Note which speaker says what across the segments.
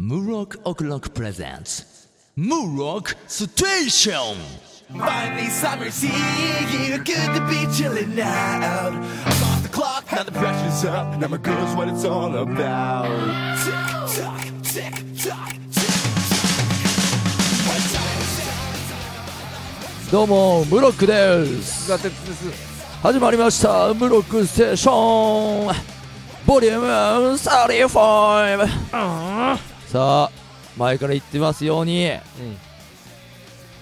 Speaker 1: Murok O'Clock presents Murok Station!
Speaker 2: Finally, summer's here. Good to be chilling out. I'm off the clock, now the pressure's up. Now my girl's what it's all about. Tick tock, tick tock, tick tock.
Speaker 3: どうもムロックです
Speaker 4: ザ・テツです
Speaker 3: 始まりましたムロックステーションボリューム35さあ前から言ってますように、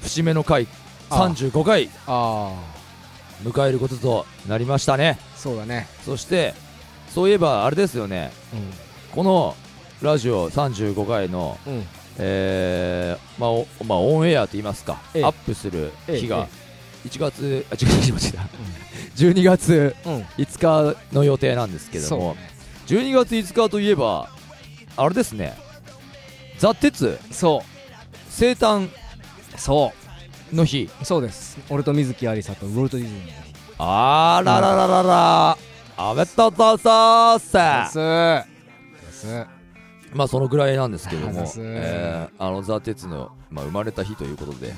Speaker 3: 節目の回
Speaker 4: ああ
Speaker 3: 35回
Speaker 4: あ
Speaker 3: 迎えることとなりましたね
Speaker 4: あそうだね
Speaker 3: そしてそういえばあれですよねこのラジオ35回の、
Speaker 4: うんうん
Speaker 3: えーまあおまあ、オンエアと言いますか、
Speaker 4: ええ
Speaker 3: アップする日が
Speaker 4: え
Speaker 3: 1月、あ違う違う違う12月
Speaker 4: うん
Speaker 3: 5日の予定なんですけど
Speaker 4: そ
Speaker 3: も、
Speaker 4: うね
Speaker 3: 12月5日といえばあれですね「ザ・鉄
Speaker 4: そ
Speaker 3: 生誕
Speaker 4: うそ
Speaker 3: の日
Speaker 4: うそうです俺と水木有沙とウォルト・ディズニーの日
Speaker 3: あらららららあめととそーす
Speaker 4: ですです
Speaker 3: まあそのぐらいなんですけど
Speaker 4: あざ
Speaker 3: も
Speaker 4: っす、
Speaker 3: えーあの「ザ・鉄の、まあ、生まれた日ということで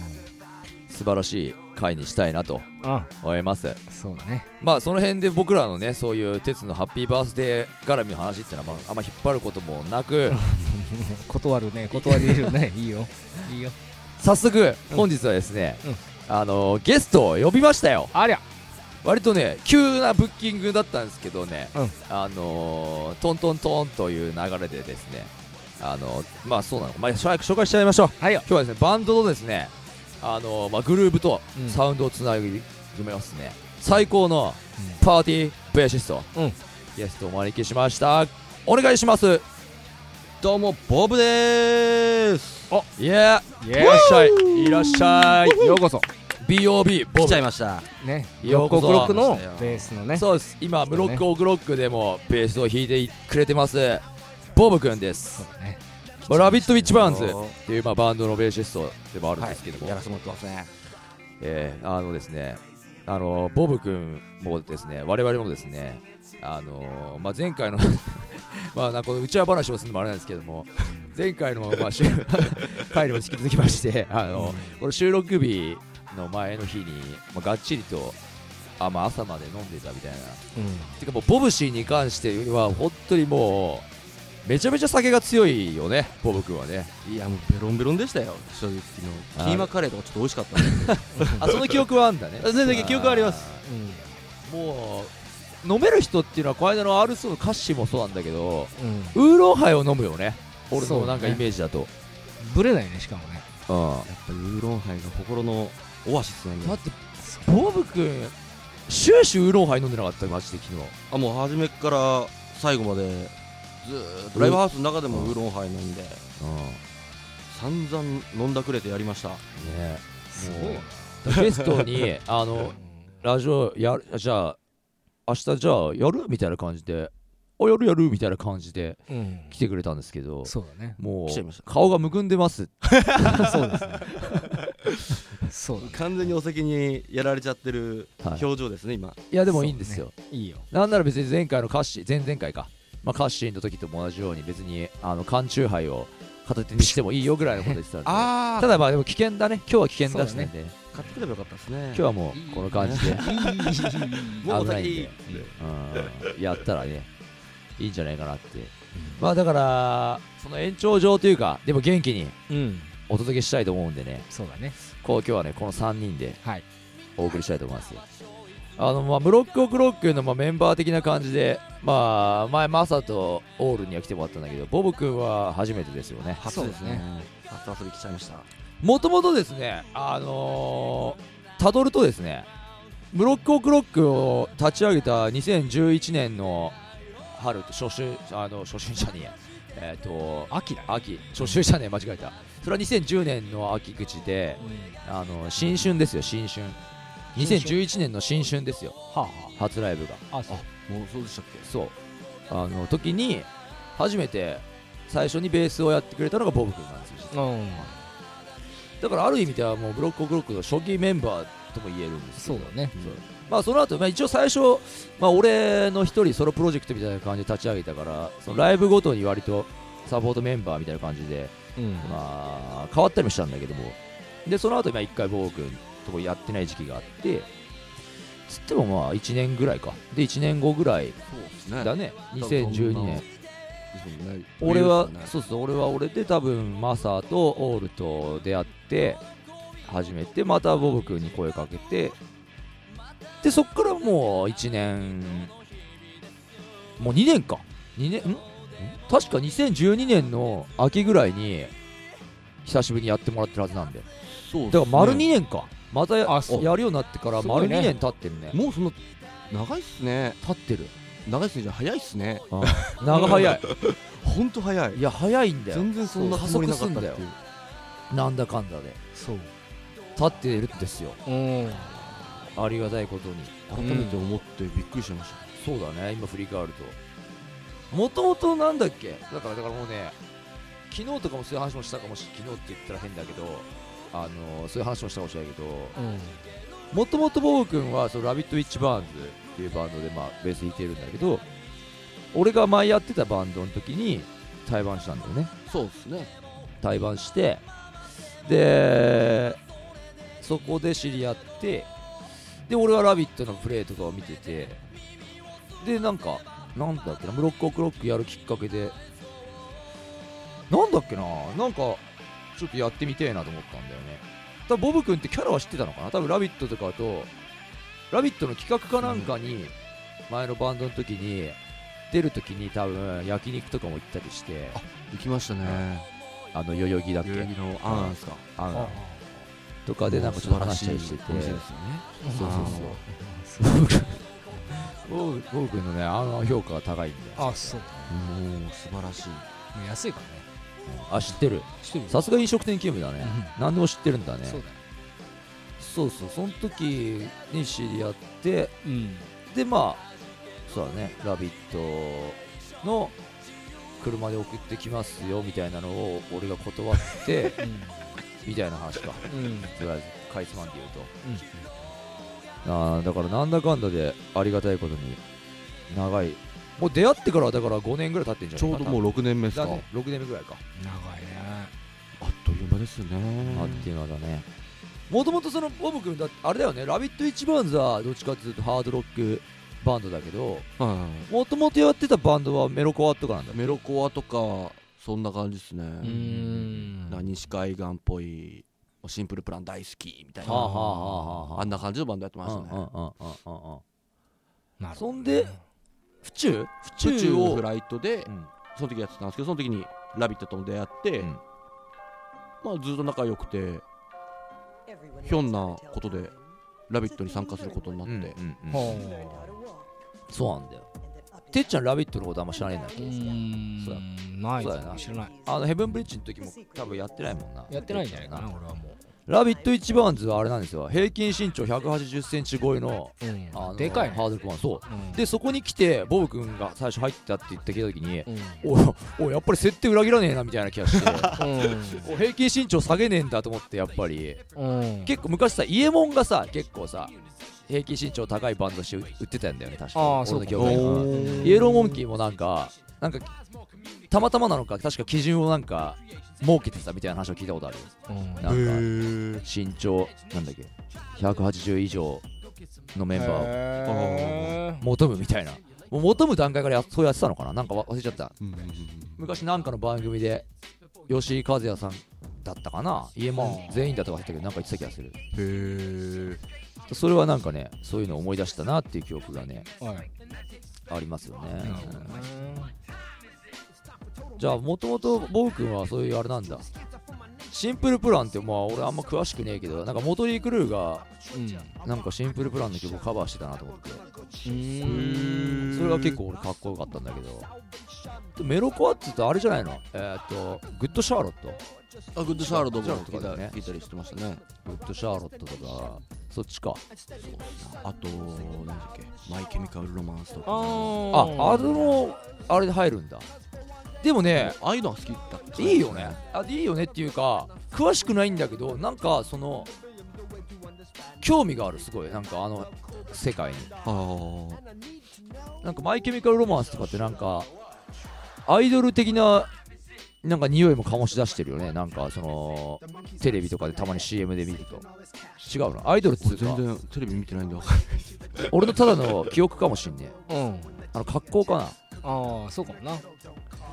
Speaker 3: 素晴らしい回にしたいなと
Speaker 4: あ
Speaker 3: 思います
Speaker 4: そうだね
Speaker 3: まあその辺で僕らのねそういう鉄のハッピーバースデー絡みの話っていうのは、まあ、あんま引っ張ることもなく
Speaker 4: 断るね断りるねいいよいいよ
Speaker 3: 早速本日はですね、
Speaker 4: うん
Speaker 3: あのゲストを呼びましたよ
Speaker 4: ありゃ
Speaker 3: 割とね急なブッキングだったんですけどね、
Speaker 4: うん
Speaker 3: あのートントントンという流れでですねあのーまあそうなの、まあ、早く紹介しちゃいましょう
Speaker 4: はいよ
Speaker 3: 今日はですねバンドとですねあのーまあ、グルーブと
Speaker 4: うん
Speaker 3: サウンドをつなぎますね、最高のパーティーベーシスト、
Speaker 4: うん
Speaker 3: ゲストをお招きしましたお願いしますどうもボブです
Speaker 4: お
Speaker 3: いや
Speaker 4: い
Speaker 3: いらっしゃいいらっしゃい
Speaker 4: ようこそ
Speaker 3: BOB ボ
Speaker 5: 来
Speaker 3: ブ
Speaker 5: ちゃいました
Speaker 4: ね
Speaker 3: よ
Speaker 4: ロ
Speaker 3: う
Speaker 4: ック
Speaker 3: こ
Speaker 4: オ
Speaker 3: そ
Speaker 4: クロックのベースのね
Speaker 3: そうです今
Speaker 4: そ
Speaker 3: ム
Speaker 4: うだ
Speaker 3: ロ
Speaker 4: ね
Speaker 3: ックオグロックでもベースを弾いてくれてますボブくんです
Speaker 4: そうだね
Speaker 3: まあラビット・ウィッチ・バーンズ
Speaker 5: は
Speaker 3: っていうまあバンドのベーシストでもあるんですけど
Speaker 5: い
Speaker 3: も、
Speaker 5: やらせてもらってますね
Speaker 3: えーあのですねあのボブくんもですね我々もですねあのまあ前回の まあなんかこの内輪話をするのもあれなんですけども前回のまあ収 回にも引き続きましてあのこれ収録日の前の日にまあがっちりとあまあ朝まで飲んでたみたいな
Speaker 4: うん
Speaker 3: てかもうボブシーに関しては本当にもうめちゃめちゃ酒が強いよねボブ君はね
Speaker 5: いやもうベロンベロンでしたよ正直昨
Speaker 3: あ
Speaker 5: 日キーマカレーとかちょっと美味しかったんで
Speaker 3: あその記憶はあんだね
Speaker 5: 全然記憶はあります
Speaker 3: あーもう飲める人っていうのはこの間の RSO の歌詞もそうなんだけど
Speaker 4: うんうん
Speaker 3: ウーロンハイを飲むよね俺
Speaker 4: そう
Speaker 3: の
Speaker 4: ね
Speaker 3: なんかイメージだと
Speaker 4: ブレないねしかもね
Speaker 3: う、
Speaker 5: やっぱりウーロンハイが心のオアシスなん
Speaker 3: ん、だ
Speaker 5: で
Speaker 3: ってボブ君終始ウーロンハイ飲んでなかったマジで昨日
Speaker 5: あもう初めから最後までずーっとライブハウスの中でもウーロンハイ飲んで
Speaker 3: う
Speaker 5: 散々飲んだくれてやりました
Speaker 3: んね
Speaker 4: すごいな
Speaker 3: だからゲスト にあのラジオやるじゃあ明日じゃあやるみたいな感じであやるやるみたいな感じで
Speaker 4: うん
Speaker 3: 来てくれたんですけど
Speaker 4: そうだね
Speaker 3: も
Speaker 5: 来ちゃいうました
Speaker 3: 顔がむくんでます
Speaker 4: そうですねそうだね
Speaker 5: 完全にお席にやられちゃってる
Speaker 3: はい
Speaker 5: 表情ですね今
Speaker 3: いやでもいいんですよ、
Speaker 4: いいよ
Speaker 3: なんなら別に前回のカッシー前々回か、まあ、カッシーの時とも同じように別にあの缶チューハイを片手にしてもいいよぐらいのこと言ってたんで
Speaker 5: あ
Speaker 3: ただまあでも危険だね今日は危険だしね
Speaker 4: そ
Speaker 5: 買ってくればよかったです
Speaker 3: 今
Speaker 5: ね
Speaker 3: 日はもうこの感じで
Speaker 5: もう
Speaker 3: 危ないんで
Speaker 5: いい
Speaker 3: うんやったらねいいんじゃないかなってまあだからその延長上というかでも元気に
Speaker 4: うん
Speaker 3: お届けしたいと思うんでね
Speaker 4: そうだね
Speaker 3: こう今日はねこの3人で
Speaker 4: はい
Speaker 3: お送りしたいと思いますよあのまあブロックオクロックのまあメンバー的な感じでまあ前マサとオールには来てもらったんだけどボブ君は初めてですよね
Speaker 5: 初です
Speaker 4: そうで
Speaker 5: ね初遊び来ちゃいました
Speaker 3: もともとですねあのー、たどるとですねブロックオクロックを立ち上げた2011年の春初春あの初春じゃねえやえっ、と
Speaker 4: 秋だね
Speaker 3: 秋初秋じゃねえ間違えたそれは2010年の秋口であの新春ですよ新春
Speaker 4: 新春
Speaker 3: 2011年の新春ですよ
Speaker 4: はあは
Speaker 3: 初ライブが
Speaker 4: ああそう
Speaker 5: もうそうでしたっけ
Speaker 3: そうあの時に初めて最初にベースをやってくれたのがボブ君なんですよ
Speaker 4: うん
Speaker 3: だからある意味ではもうブロックオクロックの初期メンバーとも言えるんですけ
Speaker 4: そ
Speaker 3: ど
Speaker 4: うだね
Speaker 3: そうまあその後、まあ一応最初、まあ、俺の一人ソロプロジェクトみたいな感じで立ち上げたからそのライブごとに割とサポートメンバーみたいな感じで、
Speaker 4: うん
Speaker 3: まあ、変わったりもしたんだけども、で、その後、まあ、一回、ボー君とこやってない時期があって、つってもまあ、1年ぐらいか。で、1年後ぐらい
Speaker 5: そうですね
Speaker 3: だね、2012年。
Speaker 5: そうね
Speaker 3: 俺は
Speaker 5: ウイルスね
Speaker 3: そうそう俺は俺で多分マサとオールと出会って初めてまたボブ君に声かけてでそっからもう1年もう2年か2年んん確か2012年の秋ぐらいに久しぶりにやってもらってるはずなんで
Speaker 5: そうです
Speaker 3: だ
Speaker 5: ね
Speaker 3: から丸2年かまたや
Speaker 4: あそう
Speaker 3: やるようになってから
Speaker 4: すご
Speaker 3: 丸2
Speaker 4: いね
Speaker 3: 年経ってるね
Speaker 5: もうその長いっすね
Speaker 3: 経ってる
Speaker 5: 長いっすねじゃ早いっすね
Speaker 3: 長早い
Speaker 5: ほんと早い
Speaker 3: いや早いんだよ
Speaker 5: 全然そんな
Speaker 3: そう
Speaker 5: つもりなかったってい
Speaker 3: 加速す
Speaker 5: う
Speaker 3: なんだかんだで
Speaker 4: そう
Speaker 3: 経ってるんですよ
Speaker 4: うん
Speaker 3: ありがたいことに
Speaker 5: 改めて思ってびっくりしました
Speaker 3: そうだね今振り返るともともとなんだっけだからだからもうね昨日とかもそういう話もしたかもし昨日って言ったら変だけどあのーそういう話もしたかもしれないけどもともとボブ君はそのラビット・ウィッチ・バーンズっていうバンドで、まあ、ベース弾いてるんだけど俺が前やってたバンドの時に対バンしたんだよね
Speaker 5: そうですね
Speaker 3: 対バンしてでそこで知り合ってで俺は「ラビット!」のプレーとかを見ててでなんかなんだっけな「ブロックオクロック」やるきっかけでなんだっけななんかちょっとやってみてえなと思ったんだよね多分ボブ君ってキャラは知ってたのかな多分「ラビット!」とかだと「ラビット!」の企画かなんかに、前のバンドの時に出る時に多分焼肉とかも行ったりして
Speaker 5: 行きましたね
Speaker 3: あの代々木だっけ
Speaker 5: 代々木のあなんですか
Speaker 3: あ
Speaker 4: あ
Speaker 3: のとかでなんかちょっと話したりしてて
Speaker 5: 素晴らしいお店ですよね
Speaker 3: そうそうそう僕僕のねあの評価が高いんで
Speaker 4: あそう
Speaker 5: もう素晴らしい
Speaker 4: 安いからね
Speaker 3: あ知ってる
Speaker 4: してる
Speaker 3: さすが飲食店勤務だね何でも知ってるんだね
Speaker 4: そうだ
Speaker 3: そうそうその時に知り合って
Speaker 4: うん
Speaker 3: でまあそうだね「ラビット!」の車で送ってきますよみたいなのを俺が断ってみたいな話か
Speaker 4: うん
Speaker 3: とりあえずかいつまんで言うとあーだからなんだかんだでありがたいことに長いもう出会ってからだから5年ぐらい経ってんじゃ
Speaker 5: ち
Speaker 3: ない
Speaker 5: ょうどもう6年目ですか
Speaker 3: だね6年目ぐらいか、
Speaker 4: 長いね
Speaker 5: あっという間ですね
Speaker 3: あっという間だねもともとそのボブ君だってあれだよね「ラビット!」一番はどっちかっていうとハードロックバンドだけど
Speaker 5: は
Speaker 3: もともとやってたバンドはメロコアとかなんだ
Speaker 5: いメロコアとかそんな感じですね
Speaker 4: うん
Speaker 5: なんか西海岸っぽいシンプルプラン大好きみたい
Speaker 3: はあは
Speaker 5: な
Speaker 3: あはあはあ
Speaker 5: あんな感じのバンドやってま
Speaker 3: う
Speaker 5: し
Speaker 3: んうんうん
Speaker 5: たね
Speaker 3: うんうんうん
Speaker 4: なるほ
Speaker 3: そ
Speaker 4: ど
Speaker 3: ん
Speaker 4: ね
Speaker 3: で府中府
Speaker 5: 宇
Speaker 3: 中
Speaker 5: 宙
Speaker 3: を
Speaker 5: フライトで
Speaker 3: うん
Speaker 5: その時やってたんですけどその時に「ラビット!」とも出会って、
Speaker 3: うん
Speaker 5: まあずっと仲良くてひょんなことで「ラビット!」に参加することになっ
Speaker 3: う
Speaker 5: て、
Speaker 3: んうんうん
Speaker 4: ほ
Speaker 3: そうなんだよてっちゃん「ラビット!」のことあんま知らねえんだっけ
Speaker 4: ううん
Speaker 3: そうだ
Speaker 4: ない
Speaker 3: そう
Speaker 4: か
Speaker 3: だよな
Speaker 4: な知らない
Speaker 3: あのヘブンブリッジの時も多分やってないもんな
Speaker 4: やってないんじゃないかな俺はも
Speaker 3: ラビット一番図はあれなんですよ平均身長1 8 0ンチ超えの
Speaker 4: う
Speaker 3: あの
Speaker 4: うんでかいね
Speaker 3: ハードルコマンそう
Speaker 4: うん
Speaker 3: でそこに来てボブ君が最初入ったって言ってきた時に
Speaker 4: うん
Speaker 3: おいおいやっぱり設定裏切らねえなみたいな気がして
Speaker 4: う
Speaker 3: お平均身長下げねえんだと思ってやっぱり
Speaker 4: んうん
Speaker 3: 結構昔さイエモンがさ結構さ平均身長高いバンドして売ってたんだよね確か
Speaker 4: ああ
Speaker 3: 俺
Speaker 4: そう
Speaker 3: の
Speaker 4: か
Speaker 3: 業界
Speaker 5: お
Speaker 3: うん
Speaker 5: ー
Speaker 3: イエローモンキーもなんかなんかたまたまなのか確か基準をなんか設けてたみたいな話を聞いたことある
Speaker 4: うん
Speaker 3: なんか身長なんだっけ180以上のメンバーを
Speaker 4: へー
Speaker 3: 求むみたいなもう求む段階からやそうやってたのかななんかわ忘れちゃった
Speaker 5: うんうんうん
Speaker 3: 昔なんかの番組で吉井和也さんだったかな家も全員だとか言ってたけどなんか言ってた気がする
Speaker 5: へえ
Speaker 3: それはなんかねそういうのを思い出したなっていう記憶がね
Speaker 4: はい
Speaker 3: ありますよね
Speaker 4: なるほどね
Speaker 3: じゃあもともとボブ君はそういうあれなんだシンプルプランってまあ俺あんま詳しくねえけどなんかモトリー・クルーがなんかシンプルプランの曲をカバーしてたなと思ってそれが結構俺かっこよかったんだけどでメロコアって言うとあれじゃないのえーっとグッドシャーロット
Speaker 5: あグッドシャーロット
Speaker 3: グッドシャーロッ
Speaker 5: も
Speaker 3: ト
Speaker 5: 聞い
Speaker 3: だよ
Speaker 5: た,、
Speaker 3: ね
Speaker 5: 聞いたりしてましたね
Speaker 3: グッドシャーロットとかそっちか
Speaker 5: あと何だっけマイケミカルロマンスと
Speaker 4: あ
Speaker 5: か
Speaker 3: ああれもあれで入るんだでもね
Speaker 5: ああいうのは好きだった
Speaker 3: いいよねあいいよねっていうか詳しくないんだけどなんかその興味があるすごいなんかあの世界に
Speaker 5: ああ
Speaker 3: なんかマイケミカルロマンスとかってなんかアイドル的ななんか匂いも醸し出してるよねなんかそのテレビとかでたまに CM で見ると違うのアイドルっつ
Speaker 5: 俺
Speaker 3: う
Speaker 5: 全
Speaker 3: か
Speaker 5: 然テレビ見てないんだわかんない
Speaker 3: 俺のただの記憶かもしんねえ
Speaker 4: うん
Speaker 3: あの格好かな
Speaker 4: ああそうかもな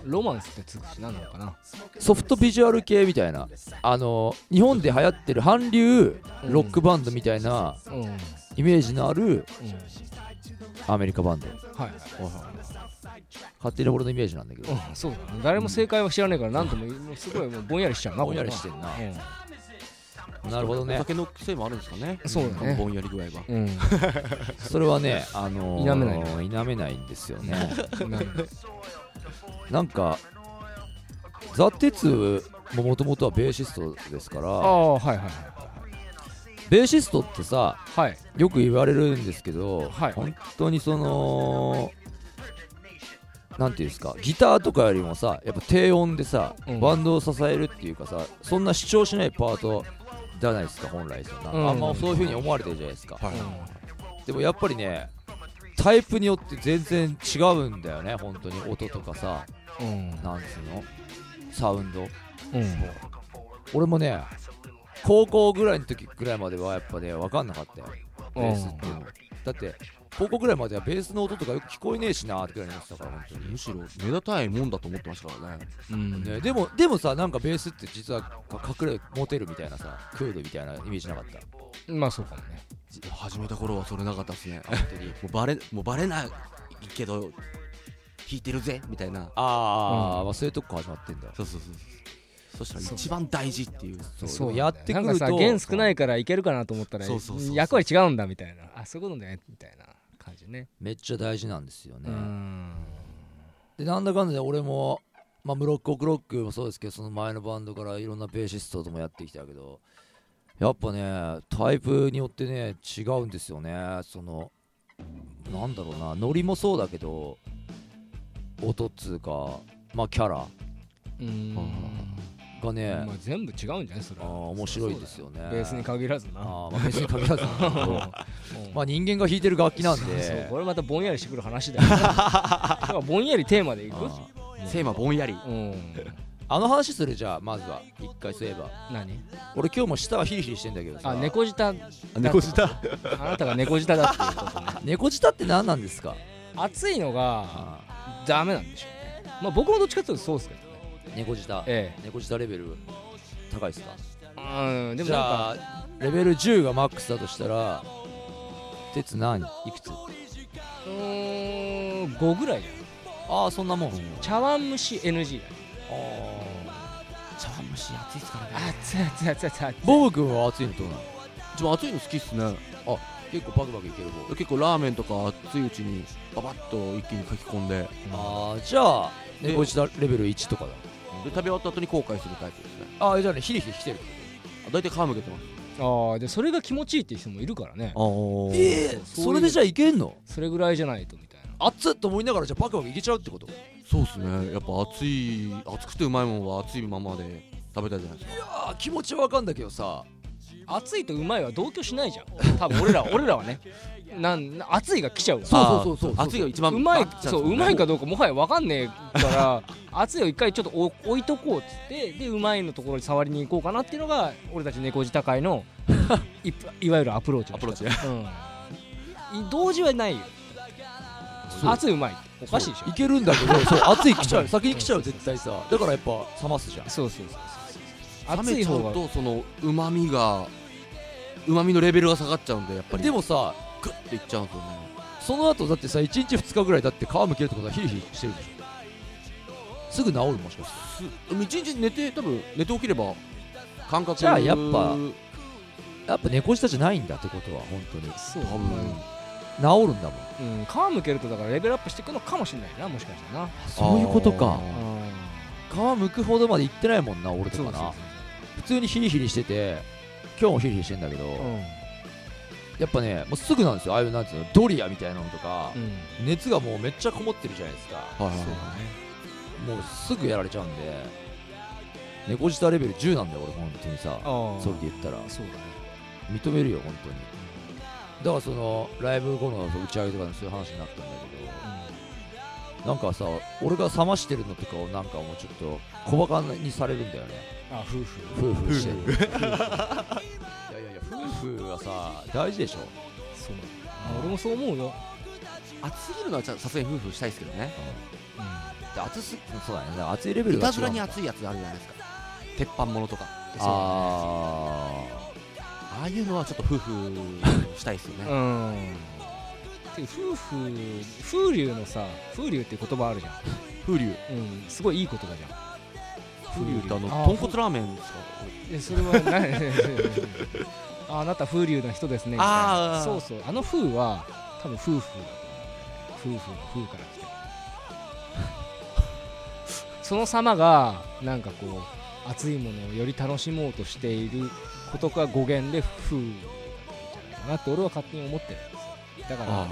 Speaker 4: ロマンスってつくしななのかな
Speaker 3: ソフトビジュアル系みたいなあの日本で流行ってる韓流ロックバンドみたいな
Speaker 4: うんうんはい
Speaker 3: イメージのあるアメリカバンド
Speaker 4: はい
Speaker 3: 勝手に俺のイメージなんだけど
Speaker 4: うんそうだな誰も正解は知らないから何とも言えもうすごいもうぼんやりしちゃうな
Speaker 3: ぼんやり
Speaker 4: これは
Speaker 3: してなるほど
Speaker 5: お
Speaker 3: ね
Speaker 5: 酒のせいもあるんですかね
Speaker 4: そうだね
Speaker 5: ぼんやり具合は
Speaker 4: うんうん
Speaker 3: それはねあのー
Speaker 4: 否めな
Speaker 3: 否めないんですよね
Speaker 4: なん か
Speaker 3: なんかザ・テツももともとはベーシストですか
Speaker 4: あ
Speaker 3: ら
Speaker 4: あはいはい
Speaker 3: ベーシストってさ
Speaker 4: はいはい
Speaker 3: よく言われるんですけど、
Speaker 4: はい
Speaker 3: 本当にそのなんていうんですかギターとかよりもさやっぱ低音でさ、
Speaker 4: うん
Speaker 3: バンドを支えるっていうかさそんな主張しないパートじゃないですか本来そんな、
Speaker 4: うん
Speaker 3: あんまそういう風に思われてるじゃないですか、
Speaker 5: はい
Speaker 3: でもやっぱりねタイプによって全然違うんだよね本当に音とかさ
Speaker 4: うん
Speaker 3: なんつうのサウンド
Speaker 4: うん
Speaker 3: 俺もね高校ぐらいの時ぐらいまではやっぱね分かんなかったよベースっていうのだって高校ぐらいまではベースの音とかよく聞こえねえしなーってぐらいに思ってたから本当
Speaker 5: むしろ目立たないもんだと思ってましたからね
Speaker 4: うん
Speaker 3: に、ね、でもでもさなんかベースって実はか隠れモテるみたいなさクールみたいなイメージなかった
Speaker 4: まあそうかもね
Speaker 5: 始めた頃はそれなかったですねも
Speaker 3: 本当に
Speaker 5: うバレもうバレないけど弾いてるぜみたいな
Speaker 3: あー、
Speaker 4: うん
Speaker 3: まあそういうとこから始まってんだ
Speaker 5: そうそうそうそうそしたら一番大事っていう
Speaker 3: そう
Speaker 4: そう
Speaker 3: でもやってく
Speaker 4: なん
Speaker 3: る
Speaker 4: か
Speaker 3: と
Speaker 4: さ弦少ないからいけるかなと思ったら
Speaker 5: そうそうそうそう
Speaker 4: 役割違うんだみたいなあそういうことねみたいな感じね
Speaker 3: めっちゃ大事なんですよね、
Speaker 4: うん
Speaker 3: でなんだかんだで俺も、まあ、ムロッコクロックもそうですけどその前のバンドからいろんなベーシストともやってきたけどやっぱねタイプによってね違うんですよねそのなんだろうなノリもそうだけど音っつうかまあキャラ
Speaker 4: うん
Speaker 3: がね、
Speaker 4: まあ全部違うんじゃないそれ
Speaker 3: あー
Speaker 4: は
Speaker 3: 面白いですよね
Speaker 4: ベースに限らずな
Speaker 3: あーまあ、ベースに限らずなんだけど
Speaker 4: うん
Speaker 3: まあ人間が弾いてる楽器なんで
Speaker 4: そうこれまたぼんやりしてくる 話だよだからぼんやりテーマでいく
Speaker 3: あ
Speaker 5: テーマぼんやり
Speaker 4: うん
Speaker 3: ーあの話するじゃあまずは一回そういえば
Speaker 4: 何
Speaker 3: 俺今日も舌がヒリヒリしてんだけどさ
Speaker 4: あ猫舌
Speaker 5: 猫舌
Speaker 4: あなたが猫舌だっていうことね
Speaker 3: 猫舌って何なんですか
Speaker 4: 熱いのがダメなんでしょうねまあ僕もどっちかというとそうですけどね
Speaker 3: 猫舌
Speaker 4: え
Speaker 3: 猫舌レベル高いですか
Speaker 4: えうんでも
Speaker 3: じ
Speaker 4: なん
Speaker 3: ゃ
Speaker 4: か
Speaker 3: あレベル10がマックスだとしたら鉄何いくつ
Speaker 4: うーん5ぐらいじゃん
Speaker 3: ああそんなもんあ
Speaker 4: 茶碗蒸し NG だよ
Speaker 5: 茶碗蒸し熱いですからね
Speaker 4: 熱い熱い熱い熱い熱い
Speaker 3: ボブ君は熱いのどうなの
Speaker 5: 一番熱いの好きっすね
Speaker 3: 結構パクパクいける方
Speaker 5: 結構ラーメンとか熱いうちにババッと一気に書き込んで
Speaker 3: ああじゃあ
Speaker 5: で
Speaker 3: 猫舌レベル1とかだ
Speaker 5: で食べ終わった後に後悔するタイプですね
Speaker 3: ああじゃあねヒリヒリしてる
Speaker 5: あ大体皮むけてます
Speaker 4: ああでそれが気持ちいいっていう人もいるからね
Speaker 5: あ
Speaker 3: えそれでじゃあいけんの
Speaker 4: それぐらいじゃないとみたいな
Speaker 3: 熱っと思いながらじゃあパクパクいけちゃうってこと
Speaker 5: そうっすねやっぱ熱い熱くてうまいもんは熱いままで食べたいじゃないですか
Speaker 3: ああ気持ちはわかんだけどさ
Speaker 4: 熱いとうまいは同居しないじゃん多分俺 らは俺らはねなんな熱いが来ちゃうわ
Speaker 3: そうそうそうそうそう
Speaker 5: 熱いが一番
Speaker 4: うまい
Speaker 5: バッて来たんです
Speaker 4: そ
Speaker 5: よ
Speaker 4: う
Speaker 5: ね
Speaker 4: うまいかどうかもはや分かんねえ から熱いを一回ちょっとお置いとこうっつってでうまいのところに触りに行こうかなっていうのが俺たち猫舌会 のいいわゆるアプローチの
Speaker 5: アプローチ
Speaker 4: うん、同時はないよ熱いうまいっておかしいでしょ
Speaker 3: いけるんだけど そう熱い来ちゃう先に来ちゃう絶対さだからやっぱ冷ますじゃん
Speaker 4: そうそうそうそう
Speaker 5: 冷
Speaker 4: 熱
Speaker 5: め
Speaker 4: い
Speaker 5: ちゃ
Speaker 4: 方
Speaker 5: う
Speaker 4: が
Speaker 5: とそのうまみがうまみのレベルが下がっちゃうんでやっぱり
Speaker 3: でもさ
Speaker 5: グッていっちゃうんですよね
Speaker 3: その後だってさ1日2日ぐらいだって皮むけるってことはヒリヒリしてるでしょすぐ治るもしかして
Speaker 5: すでも一日寝て多分寝て起きれば感覚
Speaker 3: じゃあやっぱやっぱ猫舌じゃないんだってことは本当に
Speaker 4: そう
Speaker 5: 多分
Speaker 3: 治るんだもん
Speaker 4: うん、皮むけるとだからレベルアップしていくのかもしれないなもしかしたらな
Speaker 3: そういうことか
Speaker 5: あー
Speaker 4: うん
Speaker 3: 皮むくほどまでいってないもんな俺と
Speaker 4: そうそ
Speaker 3: か
Speaker 4: うそう
Speaker 3: な普通にヒリヒリしてて今日もヒリヒリしてんだけど、
Speaker 4: そううん
Speaker 3: やっぱねもうすぐなんですよああいうなんていうのドリアみたいなのとか、
Speaker 4: うん
Speaker 3: 熱がもうめっちゃこもってるじゃないですか
Speaker 5: はいは
Speaker 4: そう
Speaker 5: いはい
Speaker 4: だね
Speaker 3: もうすぐやられちゃうんで猫舌レベル10なんだよ俺本当にさ
Speaker 4: ああ
Speaker 3: それで言ったら
Speaker 4: そうだね
Speaker 3: 認めるよ本当にだからそのライブ後の打ち上げとかのそういう話になったんだけどなんかさ俺が冷ましてるのとかをなんかもうちょっと小バカにされるんだよね
Speaker 4: あ夫婦
Speaker 3: 夫婦してる夫婦いやいやいや夫婦はさ大事でしょ
Speaker 4: そう俺もそう思うよ、
Speaker 5: 熱すぎるのはちゃんさすがに夫婦したいですけどね
Speaker 3: で熱すそうだねだから熱いレベル
Speaker 5: い
Speaker 3: が違
Speaker 5: た
Speaker 3: う
Speaker 5: ずらに熱いやつあるじゃないですか鉄板ものとか
Speaker 3: ああ
Speaker 5: ああいうのはちょっと夫婦したいですよ ね
Speaker 4: うんてか夫婦風流のさ風流って言葉あるじゃ
Speaker 5: 風流
Speaker 4: ん、うん、すごいいい言葉じゃん
Speaker 5: 風流ってあの
Speaker 4: あー
Speaker 5: 豚骨ラーメンですか
Speaker 4: えそれは何ああな た風流な人ですねみたいな
Speaker 5: あー
Speaker 4: そうそうあの風は多分夫婦だと思う夫婦の風から来てる その様がなんかこう熱いものをより楽しもうとしていることが語源で風なんじゃないかなって俺は勝手に思ってるんですよだから
Speaker 5: あ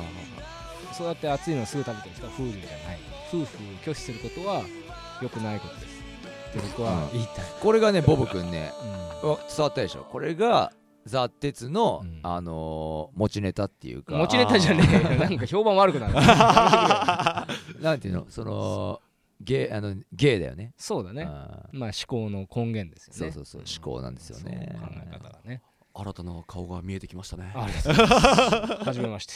Speaker 4: そうやって熱いのをすぐ食べてる人は風流じゃない夫婦を拒否することは良くないことですって僕は言いたい、
Speaker 3: これがねボブ君ね
Speaker 4: うん
Speaker 3: わ伝わったでしょこれがザ・鉄の、
Speaker 4: うん
Speaker 3: あのー持ちネタっていうか
Speaker 4: 持ちネタじゃ ねえよなんか評判悪くなる
Speaker 3: なんていうのそのゲーあのゲーだよね
Speaker 4: そうだね
Speaker 3: あー
Speaker 4: まあ思考の根源ですよね
Speaker 3: そうそうそう思考なんですよね
Speaker 4: そう考え方がね
Speaker 5: あ新たな顔が見えてきましたね
Speaker 4: ありがとうございますはじめまして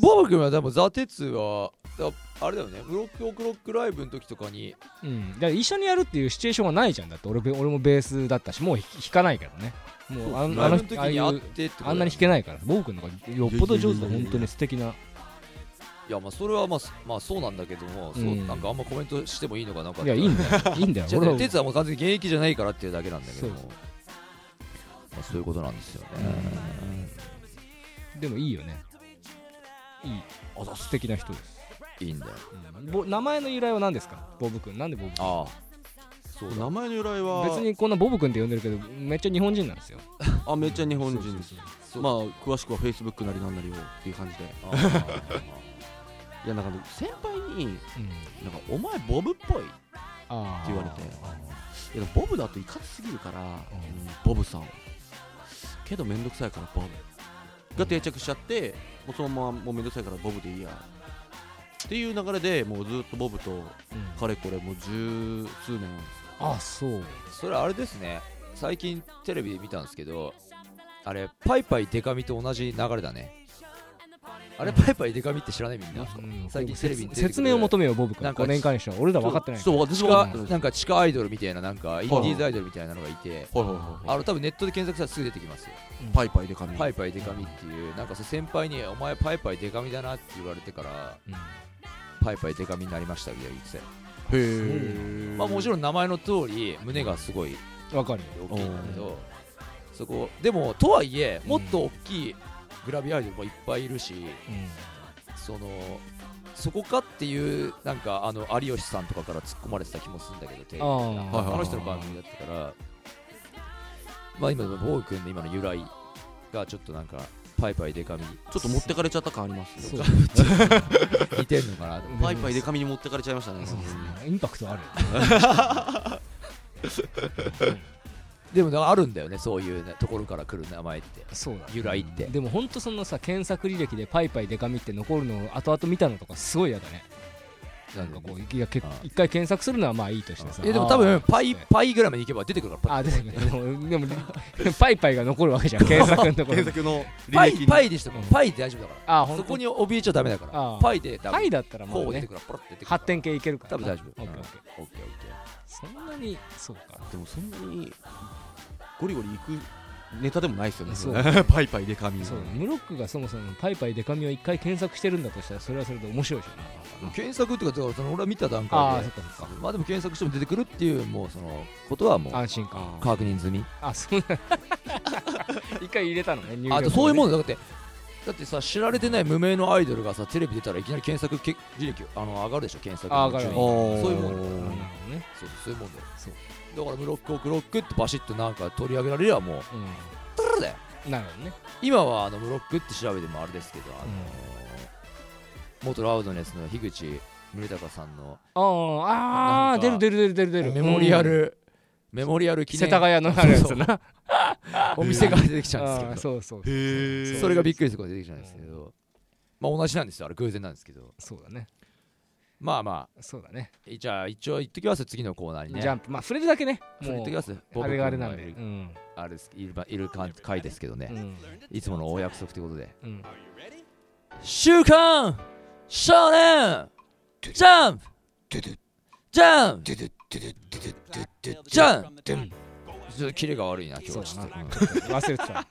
Speaker 3: ボブ君はでもザ・鉄はだあれだよねブロックオクロックライブの時とかに
Speaker 4: うんだから一緒にやるっていうシチュエーションがないじゃんだって俺べ俺もベースだったしもう弾弾かないけどねもうあん
Speaker 3: ラ
Speaker 4: あ
Speaker 3: イブ
Speaker 4: の
Speaker 3: の時
Speaker 4: ああい
Speaker 3: に会っ
Speaker 4: う
Speaker 3: てってことだよね
Speaker 4: あんなに弾けないから僕君の方がよっぽど上手だ本当に素敵ない
Speaker 3: やまあそれはまあ、そまあ、そうなんだけども、そう
Speaker 4: うん
Speaker 3: なんかあんまコメントしてもいいのかなんか
Speaker 4: いやいいんだよいいんだよ
Speaker 3: じゃ
Speaker 4: 俺
Speaker 3: あ
Speaker 4: は
Speaker 3: 鉄はもう完全に現役じゃないからっていうだけなんだけども
Speaker 4: そう
Speaker 3: まあ、そういうことなんですよね、
Speaker 4: でもいいよねいい素敵な人です
Speaker 3: いいんだよ
Speaker 4: うんぼ名前の由来は何ですかボブ君なんでボブ君
Speaker 3: ああそうだ
Speaker 5: 名前の由来は
Speaker 4: 別にこんなボブ君って呼んでるけどめっちゃ日本人なんですよ
Speaker 5: あめっちゃ日本人です
Speaker 3: そう
Speaker 5: まあ詳しくはフェイスブックなりなんなりをっていう感じで
Speaker 3: あー
Speaker 5: いやなんかね先輩に
Speaker 4: うん
Speaker 5: 「なんかお前ボブっぽい」って
Speaker 4: あー
Speaker 5: 言われていやでもボブだといかつすぎるから、うんボブさんけどめんどくさいからボブが定着しちゃってもうそのままもうめんどくさいからボブでいいやっていう流れでもうずっとボブと
Speaker 4: うん
Speaker 5: かれこれもう十数年
Speaker 4: あそう
Speaker 3: それあれですね最近テレビで見たんですけどあれパイパイデカミと同じ流れだねあれパイパイデカミって知らないみんな
Speaker 4: うん
Speaker 3: 最近テレビに出てくる
Speaker 4: 説明を求めようボブ君
Speaker 3: なんか
Speaker 4: 5年間にしては俺ら分かってない
Speaker 5: そう私
Speaker 3: 地
Speaker 5: も
Speaker 3: 下
Speaker 5: 分かって
Speaker 3: な
Speaker 5: ない
Speaker 3: んか地下アイドルみたいななんかインディーズアイドルみたいなのがいて
Speaker 5: はいはいはいはい
Speaker 3: あの多分ネットで検索したらすぐ出てきますよ
Speaker 5: パイパイで髪
Speaker 3: パイパイデカミっていうなんかそう先輩に「お前パイパイデカミだな」って言われてから
Speaker 4: うん
Speaker 3: パイパイデカミになりましたみたいな言ってたよ
Speaker 5: へえ
Speaker 3: まあもちろん名前の通り胸がすごい
Speaker 4: 分かるよ
Speaker 3: 大きいんだけどそこでもとはいえもっと大きいグラビアアイドルもいっぱいいるしそのそこかっていうなんかあの有吉さんとかから突っ込まれてた気もするんだけどテレビで
Speaker 4: あ
Speaker 3: あ
Speaker 4: ー
Speaker 5: はいはいはい
Speaker 3: の人の番組だったからまあ今のボーイ君の今の由来がちょっとなんかパイパイデカミに
Speaker 5: ちょっと持ってかれちゃった感あります
Speaker 4: そ
Speaker 5: よ
Speaker 4: う
Speaker 3: 似てんのかなと思って
Speaker 5: パイパイで髪に持ってかれちゃいましたね
Speaker 4: そうですねインパクトある
Speaker 3: でもなんかあるんだよねそういうねところから来る名前って
Speaker 4: そうだ
Speaker 3: 由来って
Speaker 4: でもほんとそのさ検索履歴でパイパイデカミって残るのを後々見たのとかすごい嫌だね
Speaker 3: な
Speaker 4: なん
Speaker 3: か
Speaker 4: んか
Speaker 3: こ
Speaker 4: こ
Speaker 3: う
Speaker 4: ういやけ
Speaker 3: あー
Speaker 4: 一回検索するのはまあいいとしてさ
Speaker 3: いやでも多分パイ
Speaker 4: あー
Speaker 3: パイグラムに行けば出てくるから
Speaker 4: あー出てくるでもでもパイパイが残るわけじゃん検索のところ
Speaker 5: 検
Speaker 4: に
Speaker 5: 索の
Speaker 3: パ
Speaker 5: 履歴
Speaker 3: イ
Speaker 5: に
Speaker 3: パイでしたもん
Speaker 4: うん
Speaker 3: パイで大丈夫だか
Speaker 4: あー
Speaker 3: ら
Speaker 4: ほん
Speaker 3: そ
Speaker 4: と
Speaker 3: こに怯えちゃダメだから
Speaker 4: あー
Speaker 3: パイで多分
Speaker 4: パイだったらま
Speaker 3: こ
Speaker 4: あ
Speaker 3: う出て
Speaker 4: ね
Speaker 3: くるからポロって出てくるから
Speaker 4: 発展系いけるから
Speaker 3: 多分大丈夫
Speaker 4: オッ
Speaker 3: うん
Speaker 4: ケーオッケー
Speaker 3: オッケーオッケー
Speaker 4: そんなにそうか
Speaker 5: でもそんなにゴリゴリ行くネタでもないですよね
Speaker 4: そう
Speaker 5: パイパイで髪
Speaker 4: そうムロックがそもそもパイパイデカミを一回検索してるんだとしたらそれはそれで面白いでしょ
Speaker 3: 検索っていうかだからその俺は見た段
Speaker 4: ああ
Speaker 3: 階で
Speaker 4: ーそっかそっ
Speaker 3: まあでも検索しても出てくるっていうもうそのことはも
Speaker 4: か
Speaker 3: う
Speaker 4: 安心感
Speaker 5: あ
Speaker 3: 確認済み
Speaker 4: あそんな一回入れたのね入力
Speaker 3: あとそういうも
Speaker 4: ん
Speaker 3: んだだってだってさ知られてない無名のアイドルがさテレビ出たらいきなり検索け履歴あの上がるでしょ検索
Speaker 4: あ上がる
Speaker 3: 順位
Speaker 4: お
Speaker 3: そういうもんだ
Speaker 4: なるほ
Speaker 5: ん
Speaker 4: どね
Speaker 3: そうそういうもんだよ
Speaker 4: そう
Speaker 3: だからブロックオクロックってバシッとなんか取り上げられればもうトゥルルだよ
Speaker 4: うんなるほどね
Speaker 3: 今はあのブロックって調べてもあれですけどあのー
Speaker 4: うん
Speaker 3: 元ラウドネスの樋口宗隆さんの
Speaker 4: あーあ
Speaker 3: なん
Speaker 4: ー
Speaker 3: か
Speaker 4: 出る出る出る出る出る
Speaker 3: メモリア
Speaker 4: うん
Speaker 3: ルメモリアル記
Speaker 4: 世
Speaker 3: 念
Speaker 4: 田谷のあるやつな
Speaker 3: お店が出てきちゃうん
Speaker 4: あ
Speaker 3: で
Speaker 4: ー
Speaker 3: すけ
Speaker 4: そうそう
Speaker 3: ど
Speaker 5: へ
Speaker 3: それがびっくりすることが出てきちゃうんですけどまあ同じなんですよあれ偶然なんですけど
Speaker 4: そうだね
Speaker 3: まあま
Speaker 4: そうだね、
Speaker 3: あじゃあ一応言っときます次のコーナーにね
Speaker 4: ジャンプまあ触れるだけね
Speaker 3: それ言っ
Speaker 4: も
Speaker 3: とき
Speaker 4: う
Speaker 3: ます
Speaker 4: あれがあれなんで
Speaker 3: ボブ君
Speaker 4: う
Speaker 3: があ
Speaker 4: ん
Speaker 3: れですいるいるか回ですけどね、
Speaker 4: うん
Speaker 3: いつものお約束ということで
Speaker 4: うん
Speaker 3: 「週刊少年ジャンプジャンプジャンプ」ちょっとキレが悪いな今
Speaker 4: そう
Speaker 3: 日
Speaker 4: だな、忘れてた、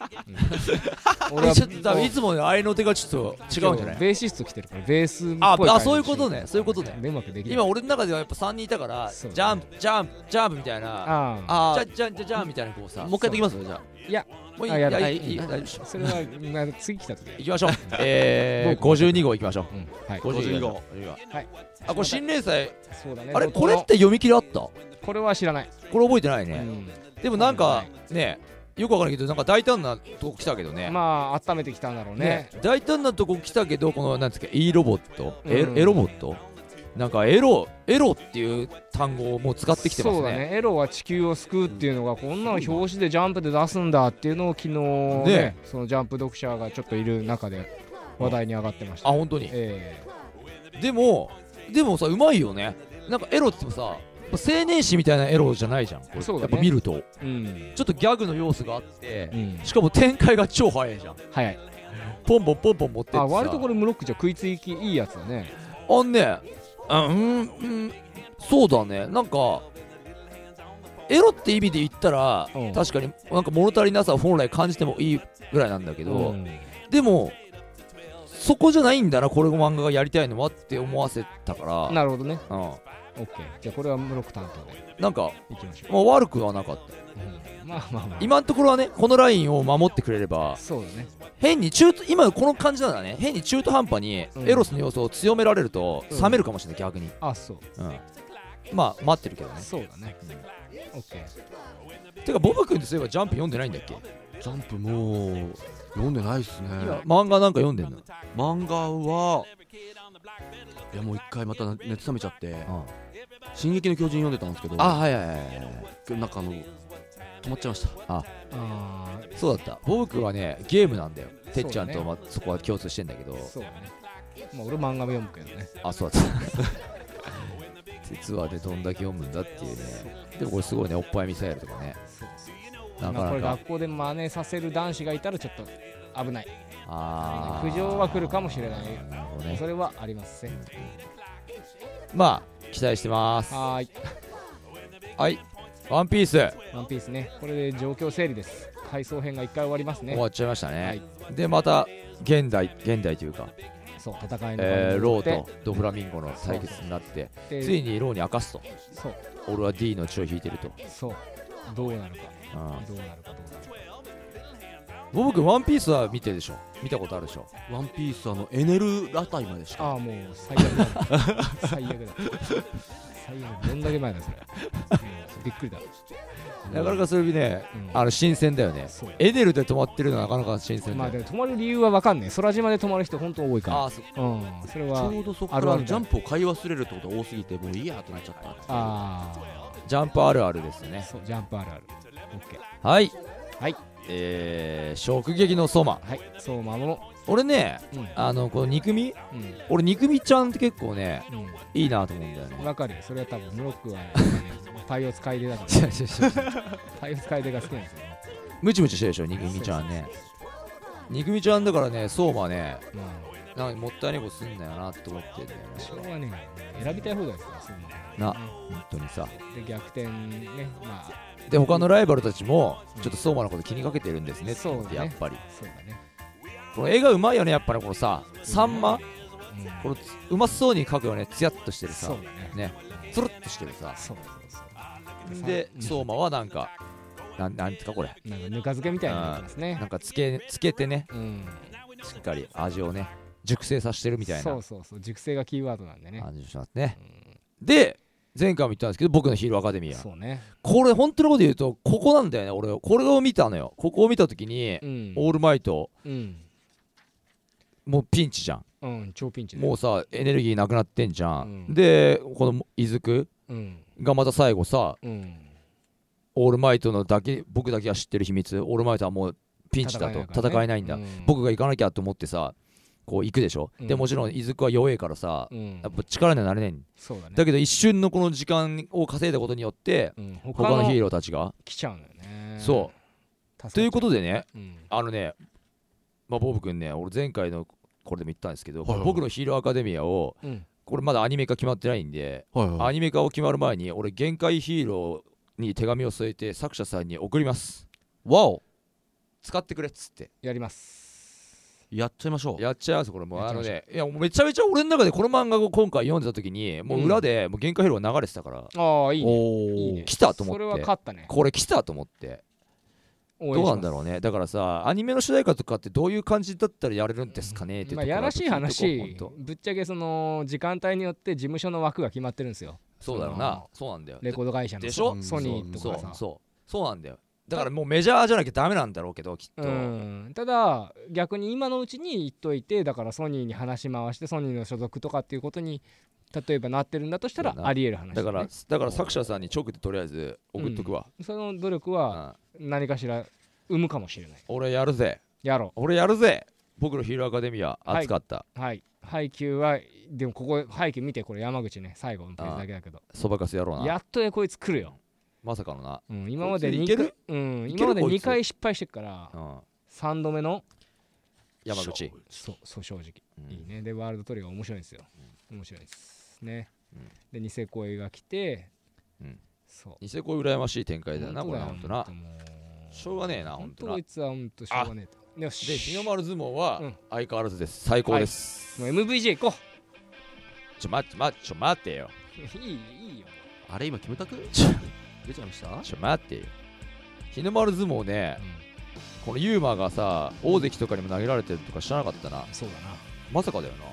Speaker 4: うん、俺
Speaker 3: ちょっと多分いつもの愛の手がちょっと違うんじゃない
Speaker 4: ベーシスト来てるからベースっぽい
Speaker 3: あ
Speaker 4: 感じ
Speaker 3: あそういうことねそういうことね
Speaker 4: でうまくできない
Speaker 3: 今俺の中ではやっぱ3人いたから、ジ
Speaker 4: そう
Speaker 3: ャンプジャンプジャンプみたいな
Speaker 4: ああ
Speaker 5: あ
Speaker 3: じ
Speaker 5: ー
Speaker 3: ゃじゃじゃじゃんみたいなこうさ
Speaker 5: もう一回できますねじゃあ
Speaker 3: もういい
Speaker 4: あや
Speaker 3: い
Speaker 4: だ
Speaker 3: やいいいい
Speaker 4: う
Speaker 3: 大
Speaker 4: ん
Speaker 3: 丈夫です
Speaker 4: それはまあ次来た時
Speaker 3: 行きま しょうえー
Speaker 4: 僕
Speaker 3: 52号行きましょう
Speaker 4: うんはい
Speaker 3: 52
Speaker 5: 52
Speaker 3: 号
Speaker 5: 号
Speaker 4: はい
Speaker 3: あこれ新連載
Speaker 4: そうだね
Speaker 3: あれ
Speaker 4: ど
Speaker 3: これって読み切りあったこ
Speaker 4: これは知らない、
Speaker 3: れ覚えてないうね
Speaker 4: ん
Speaker 3: でもなんかねよくわからないけどなんか大胆なとこ来たけどね
Speaker 4: まあ温めてきたんだろうね
Speaker 3: 大胆なとこ来たけどこのなんですか E ロボットエ
Speaker 4: うん
Speaker 3: エロボットなんかエロエロっていう単語をもう使ってきてま
Speaker 4: そ
Speaker 3: す
Speaker 4: うだ
Speaker 3: ね
Speaker 4: ねエロは地球を救うっていうのがこんなの表紙でジャンプで出すんだっていうのを昨日ね
Speaker 3: ね
Speaker 4: そのジャンプ読者がちょっといる中で話題に上がってました、
Speaker 3: あ本当に
Speaker 4: え
Speaker 3: でもでもさうまいよねなんかエロってもさ青年誌みたいなエロじゃないじゃんこれ
Speaker 4: そうだね
Speaker 3: やっぱ見ると
Speaker 4: えうん、
Speaker 3: ちょっとギャグの要素があって
Speaker 4: うん、
Speaker 3: しかも展開が超早いじゃん
Speaker 4: 早い
Speaker 3: ポンポンポンポン持ってってさ
Speaker 4: あ割とこれムロックじゃ食いつきいいやつだね
Speaker 3: あんねあうんうんそうだねなんかエロって意味で言ったら、
Speaker 4: うん
Speaker 3: 確かになんか物足りなさを本来感じてもいいぐらいなんだけど、
Speaker 4: うん
Speaker 3: でもそこじゃないんだなこれ漫画がやりたいのはって思わせたから
Speaker 4: なるほどね
Speaker 3: うん、
Speaker 4: オッケーじゃあこれはムロック担当で
Speaker 3: なんか、
Speaker 4: いきましょ
Speaker 3: まあ、悪くはなかった
Speaker 4: う、うんまあまあまあ
Speaker 3: 今のところはねこのラインを守ってくれれば
Speaker 4: そうだね
Speaker 3: 変に中途今この感じなんだね変に中途半端に
Speaker 4: うん
Speaker 3: エロスの要素を強められると
Speaker 4: うん
Speaker 3: 冷めるかもしれない逆に、
Speaker 4: あそう
Speaker 3: うん、まあ待ってるけどね
Speaker 4: そうだね、オッケー
Speaker 3: てかボブ君ってそういえばジャンプ読んでないんだっけ
Speaker 5: ジャンプもう読んでないっすね
Speaker 3: 漫画なんか読んでんの
Speaker 5: 漫画はいやもう一回また熱冷めちゃって
Speaker 3: あ
Speaker 5: 「進撃の巨人」読んでたんですけど
Speaker 3: あはいはいはいはい
Speaker 5: なんかあの止まっちゃいました
Speaker 4: あー
Speaker 3: そうだったボブ君はねゲームなんだよてっちゃん
Speaker 4: そ
Speaker 3: と
Speaker 4: う
Speaker 3: まそこは共通してんだけど
Speaker 4: そうだねまあ俺漫画も読むけどね
Speaker 3: あそうだった実はねどんだけ読むんだっていうねでもこれすごいねおっぱいミサイルとかねなか
Speaker 4: まあ、これ
Speaker 3: なか
Speaker 4: 学校で真似させる男子がいたらちょっと危ない
Speaker 3: あー
Speaker 4: 苦情は来るかもしれない
Speaker 3: なるほどね
Speaker 4: それはありますね
Speaker 3: まあ期待してます
Speaker 4: はーい
Speaker 3: はいワンピース
Speaker 4: ワンピースねこれで状況整理です回想編が一回終わりますね
Speaker 3: 終わっちゃいました
Speaker 4: は
Speaker 3: ね
Speaker 4: い
Speaker 3: でまた現代現代というか
Speaker 4: そう戦いの
Speaker 3: えーロー
Speaker 4: と
Speaker 3: とドフラミンゴの対決になって
Speaker 4: で
Speaker 3: ついにローに明かすと
Speaker 4: そう
Speaker 3: 俺は D の血を引いてると、
Speaker 4: そうどうなるか
Speaker 3: うん、
Speaker 4: どうなるかどうなるか
Speaker 3: ボブ君ワンピースは見てるでしょ見たことあるでしょ
Speaker 5: ワンピースあのエネルあたりまでしか
Speaker 4: ああもう最悪だ最悪だ最悪どんだけ前だそれもうびっくりだ、
Speaker 3: なかなかそれね
Speaker 4: うん、
Speaker 3: あの新鮮だよね
Speaker 4: そう
Speaker 3: エネルで止まってるのはなかなか新鮮
Speaker 4: ま
Speaker 3: だ
Speaker 4: あ
Speaker 3: よ、
Speaker 4: でも止まる理由は分かんない空島で止まる人本当多い
Speaker 3: あ
Speaker 4: か
Speaker 3: あそう
Speaker 4: らうんそれ
Speaker 5: ち
Speaker 4: は
Speaker 5: ょうどそこか
Speaker 4: あるあ
Speaker 5: ら
Speaker 4: るだ
Speaker 5: ジャンプを買い忘れるってことが多すぎてもういいやってなっちゃった
Speaker 4: あ
Speaker 3: ジャンプあるあるです
Speaker 4: あ
Speaker 3: ね
Speaker 4: そうジャンプあるあるオッケー
Speaker 3: はい
Speaker 4: はい
Speaker 3: えー、食撃のソマ
Speaker 4: はいそうまも
Speaker 3: 俺ね
Speaker 4: うんう
Speaker 3: あのこの肉み
Speaker 4: ん
Speaker 3: 俺肉みちゃんって結構ね
Speaker 4: うん
Speaker 3: いいなと思うんだよね
Speaker 4: 分かるよそれは多分ムロックは、ね、 パイオ使い手だから
Speaker 3: 違う違う違う
Speaker 4: パイオ使い手が好きなんですよ、ね
Speaker 3: ムチムチしてるでしょ肉みちゃんね肉みちゃんだからねソーマね
Speaker 4: うん、
Speaker 3: なんかもったいないことすんだよなって思ってんだよね
Speaker 4: しょうがねえよ選びたい放題ですよそういう
Speaker 3: な
Speaker 4: のね
Speaker 3: 本当にさ
Speaker 4: で逆転ねまあ
Speaker 3: で他のライバルたちもちょっと相馬のこと気にかけてるんですねって言って
Speaker 4: そうだ
Speaker 3: や
Speaker 4: ね
Speaker 3: っぱり
Speaker 4: そうだね、
Speaker 3: この絵がうまいよねやっぱりこのささんま
Speaker 4: うん
Speaker 3: このつうまそうに描くよねツヤっとしてる
Speaker 4: そ
Speaker 3: さ
Speaker 4: うだね
Speaker 3: ねつるっとしてるさ
Speaker 4: そうそうそう
Speaker 3: で
Speaker 4: そ
Speaker 3: 相馬はなんかなんなんてかこれ
Speaker 4: うなんかぬか漬けみたいになってます
Speaker 3: な
Speaker 4: ね
Speaker 3: んかつけつけてね
Speaker 4: うん
Speaker 3: しっかり味をね熟成させてるみたい
Speaker 4: そ
Speaker 3: な
Speaker 4: うそうそう熟成がキーワードなんでね
Speaker 3: 感じしますねで前回も言ったんですけど僕のヒーローアカデミア
Speaker 4: そうね
Speaker 3: これ本当のこと言うとここなんだよね俺これを見たのよここを見た時に
Speaker 4: うん
Speaker 3: オールマイト
Speaker 4: うん
Speaker 3: もうピンチじゃん
Speaker 4: うん超ピンチね
Speaker 3: もうさエネルギーなくなってんじゃん、
Speaker 4: うん
Speaker 3: でこのイズク
Speaker 4: うん
Speaker 3: がまた最後さ
Speaker 4: うん
Speaker 3: オールマイトのだけ僕だけが知ってる秘密オールマイトはもうピンチだと戦えない,、んだ、
Speaker 4: う
Speaker 3: 僕が行かなきゃと思ってさこう行くでしょ、
Speaker 4: うん
Speaker 3: でもちろん伊豆くは弱いからさ、
Speaker 4: うん
Speaker 3: やっぱ力にはなれないん
Speaker 4: そうだね
Speaker 3: だけど一瞬のこの時間を稼いだことによって
Speaker 4: うん、
Speaker 3: 他
Speaker 4: 他
Speaker 3: のヒー
Speaker 4: の
Speaker 3: ローたちが、
Speaker 4: 来ちゃうのよね
Speaker 3: そうということでね
Speaker 4: と、うん
Speaker 3: あのね、まあ、ボブ君ね俺前回のこれでも言ったんですけど、
Speaker 5: はいはい
Speaker 3: 僕のヒーローアカデミアを
Speaker 4: うん
Speaker 3: これまだアニメ化決まってないんで、
Speaker 5: はい
Speaker 3: アニメ化を決まる前に俺限界ヒーローに手紙を添えて作者さんに送ります
Speaker 5: わお
Speaker 3: 使ってくれっつって
Speaker 4: やります
Speaker 5: やっちゃいましょう
Speaker 3: やっちゃうぞこれもう
Speaker 4: や
Speaker 3: あ
Speaker 4: っちゃ
Speaker 3: の
Speaker 4: いましょう
Speaker 3: ねいやもうめちゃめちゃ俺の中でこの漫画を今回読んでた時にもう裏でもう限界ヒーローが流れてたから、
Speaker 4: ああいいね
Speaker 5: お
Speaker 4: いいね
Speaker 3: 来たと思って
Speaker 4: それは勝ったね
Speaker 3: これ来たと思って
Speaker 4: ど
Speaker 3: どうなんだろうねだからさアニメの主題歌とかってどういう感じだったらやれるんですかねってと
Speaker 4: ま
Speaker 3: こ
Speaker 4: あ、やらしい
Speaker 3: ほん
Speaker 4: 話
Speaker 3: と
Speaker 4: ぶっちゃけその時間帯によって事務所の枠が決まってるんですよ
Speaker 3: そうだよなそうなんだよ
Speaker 4: レコード会社の
Speaker 3: でしょ
Speaker 4: ソニーと
Speaker 3: そう
Speaker 4: かさ
Speaker 3: そうそうなんだよだからもうメジャーじゃなきゃダメなんだろうけどきっと、
Speaker 4: うん、ただ逆に今のうちに言っといてだからソニーに話し回してソニーの所属とかっていうことに例えばなってるんだとしたら
Speaker 3: そうだな
Speaker 4: ありえる話
Speaker 3: だ
Speaker 4: だ,、
Speaker 3: か
Speaker 4: ね、
Speaker 3: らだから作者さんに直でとりあえず送っとくわ、
Speaker 4: その努力
Speaker 3: うん
Speaker 4: は何かしら生むかもしれない
Speaker 3: 俺やるぜ
Speaker 4: やろ
Speaker 3: 俺やるぜ僕のヒーローアカデミア
Speaker 4: い
Speaker 3: 熱かった、
Speaker 4: うはい配給はでもここ配給見てこれ山口ね最後のページだけだけど
Speaker 3: そばかすやろうな
Speaker 4: やっとこいつ来るよ、
Speaker 3: まさかのな、
Speaker 4: うん、今まで
Speaker 3: こいつ
Speaker 4: 2
Speaker 3: いける
Speaker 4: 回,、うん、
Speaker 3: いける
Speaker 4: 今まで
Speaker 3: こいつ
Speaker 4: 二回失敗してっから
Speaker 3: うん、
Speaker 4: 3度目の
Speaker 3: 山口、
Speaker 4: そうそう正直、
Speaker 3: うん
Speaker 4: いいねでワールドトリガー面白いんですよ、面白いですね、
Speaker 3: うん
Speaker 4: でニセ恋が来て、
Speaker 3: うん
Speaker 4: そう
Speaker 3: ニセコ羨ましい展開だよなこれは
Speaker 4: 本
Speaker 3: 本当
Speaker 4: 当
Speaker 3: な
Speaker 4: だもう
Speaker 3: しょうがねえな
Speaker 4: 本
Speaker 3: 本
Speaker 4: 当
Speaker 3: 当な
Speaker 4: こい
Speaker 3: で
Speaker 4: つは本当しょうがねえとよし
Speaker 3: 日の丸相撲は
Speaker 4: うん
Speaker 3: 相変わらずです最高です、
Speaker 4: もう MVJ 行こ
Speaker 3: ちょ待って待ってちょ待ってよ
Speaker 4: ういいいいよ
Speaker 5: あれ今キムタク
Speaker 3: ちょ
Speaker 5: 出ちゃいました
Speaker 3: ちょ待ってよ日の丸相撲ね
Speaker 4: うん、
Speaker 3: このユーマがさ大関とかにも投げられてるとか知らなかったな
Speaker 4: そうだな、
Speaker 3: まさかだよな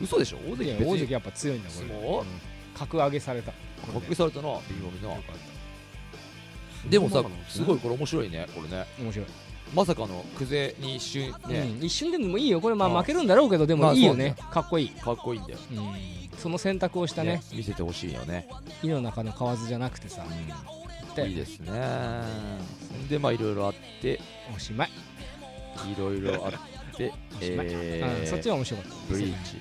Speaker 3: 嘘でしょ大
Speaker 4: い
Speaker 3: 関
Speaker 4: や
Speaker 3: 別に
Speaker 4: 大関やっぱ強いんだこ
Speaker 3: 相
Speaker 4: れ
Speaker 3: 撲
Speaker 4: うん格上げされた
Speaker 3: コックされたなビーボミな
Speaker 4: よかっ
Speaker 3: でもさ
Speaker 5: そうなんです
Speaker 3: す
Speaker 5: ね
Speaker 3: ごいこれ面白いねこれね
Speaker 4: た面白い、
Speaker 3: まさかのクゼに一瞬ね、
Speaker 4: うん一瞬でもいいよこれま
Speaker 3: あ
Speaker 4: あ
Speaker 3: あ
Speaker 4: 負けるんだろうけどでもいいよね、
Speaker 3: ま
Speaker 4: かっこいい、
Speaker 3: かっこいいんだよ
Speaker 4: うん、その選択をしたね
Speaker 3: 見せてほしいよね、
Speaker 4: 井の中の蛙じゃなくてさ、で
Speaker 3: いいですねでまあいろいろあって
Speaker 4: おしまい、
Speaker 3: いろいろあって えー
Speaker 4: うんそっちは面白かった
Speaker 3: ブリーチ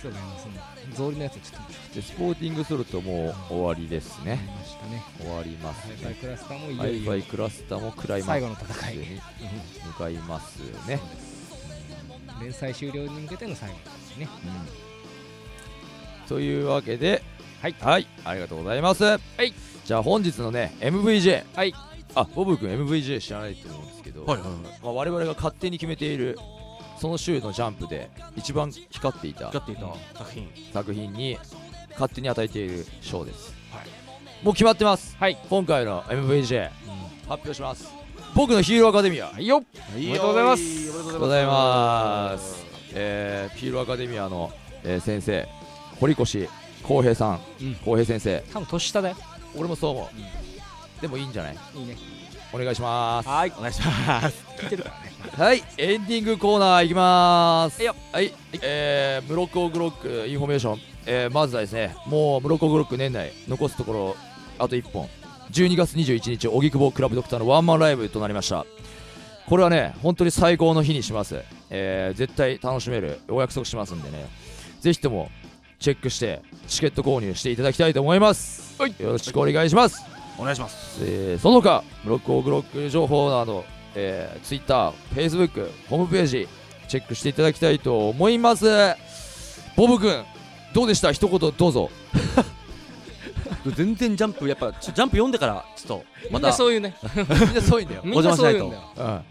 Speaker 4: そうだねその草履のやつちょっと面白
Speaker 3: でスポーティングするともう終わりですね
Speaker 4: かりましたね
Speaker 3: 終わります
Speaker 4: ハイファイ
Speaker 3: ね
Speaker 4: クラスターもい
Speaker 3: ハイ
Speaker 4: よい
Speaker 3: ファイ
Speaker 4: よ
Speaker 3: クラスターもクライマッ
Speaker 4: 最後
Speaker 3: ク
Speaker 4: の戦
Speaker 3: ス
Speaker 4: い、
Speaker 3: に向かいますよね、
Speaker 4: うん連載終了に向けての最後ですね
Speaker 3: というわけで
Speaker 4: は
Speaker 3: はいありがとうございますはいじゃあ本日のね MVJ
Speaker 4: はい
Speaker 3: あボブ君 MVJ 知らないと思うんですけど、
Speaker 5: はいはいはい
Speaker 3: まあ、我々が勝手に決めているその週のジャンプで一番光っていた
Speaker 5: 使っていた作品
Speaker 3: 作品に勝手に与えている賞です、もう決まってます
Speaker 4: はい、
Speaker 3: 今回の MVJ
Speaker 4: う
Speaker 3: 発表します僕のヒーローアカデミア、
Speaker 4: はいよ
Speaker 5: おめ
Speaker 4: でとうございます
Speaker 5: おめで
Speaker 3: お
Speaker 5: とう
Speaker 3: はようございます、えー、ヒーローアカデミアの、えー先生堀越浩平さん
Speaker 4: うん
Speaker 3: 浩、平先生
Speaker 4: 多分年下だよ
Speaker 3: 俺もそう思う、でもいいんじゃない
Speaker 4: いいね
Speaker 3: お願いします
Speaker 4: はい
Speaker 5: お願いします
Speaker 4: 聞いてるからね
Speaker 3: はいエンディングコーナーいきます
Speaker 4: はいよ
Speaker 3: はい、えー、ムロッコグロックインフォメーション、えー、まずはですねもうムロッコグロック年内残すところあと1本12月21日荻窪クラブドクターのワンマンライブとなりましたこれはね本当に最高の日にします、えー、絶対楽しめるお約束しますんでねぜひともチェックしてチケット購入していただきたいと思います、
Speaker 4: はい
Speaker 3: よろしくお願いします
Speaker 5: お願いします
Speaker 3: えーその他ブロックオブロック情報など、えー、Twitter、Facebook、ホームページチェックしていただきたいと思いますボブ君どうでした一言どうぞ
Speaker 5: 全然ジャンプやっぱちょジャンプ読んでからちょっと
Speaker 4: み
Speaker 5: ま
Speaker 4: んな
Speaker 5: た
Speaker 4: そういうね
Speaker 3: みんなそういんだよ、
Speaker 4: みんな そういうんだ
Speaker 5: 邪
Speaker 4: よ
Speaker 3: うん、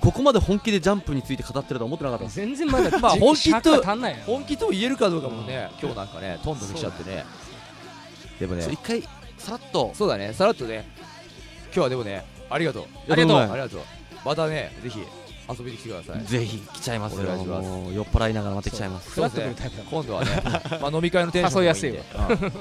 Speaker 5: ここまで本気でジャンプについて語ってるとは思ってなかったです
Speaker 4: 全然まだ
Speaker 3: まあ本気と
Speaker 4: 尺が足んないよ
Speaker 3: 本気と言えるかどうかもね、今日なんかねトントン来ちゃってねでもね
Speaker 5: ちょ一回さらっと
Speaker 3: そうだねさらっとね今日はでもねありがとう
Speaker 5: ありがとう
Speaker 3: ありがとうまたねぜひ遊びに来てください
Speaker 5: ぜひ来ちゃいます
Speaker 3: お
Speaker 5: よ
Speaker 3: 願いします
Speaker 5: もう酔っ払いながらまた来ちゃいます
Speaker 4: フラッとくるタイプだ
Speaker 3: 今度はね、 まあ、飲み会のテンション
Speaker 4: 誘いやすいわ
Speaker 3: もんでうん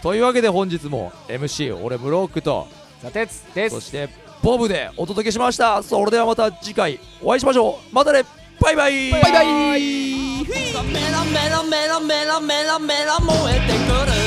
Speaker 3: というわけで本日も MC 俺ブロックと
Speaker 4: ザテツで
Speaker 3: そ
Speaker 4: す
Speaker 3: してボブでお届けしましたそれではまた次回お会いしましょうまたねバイバイ
Speaker 4: バイバイ
Speaker 6: メロメロメロメロメロメロ燃えてくる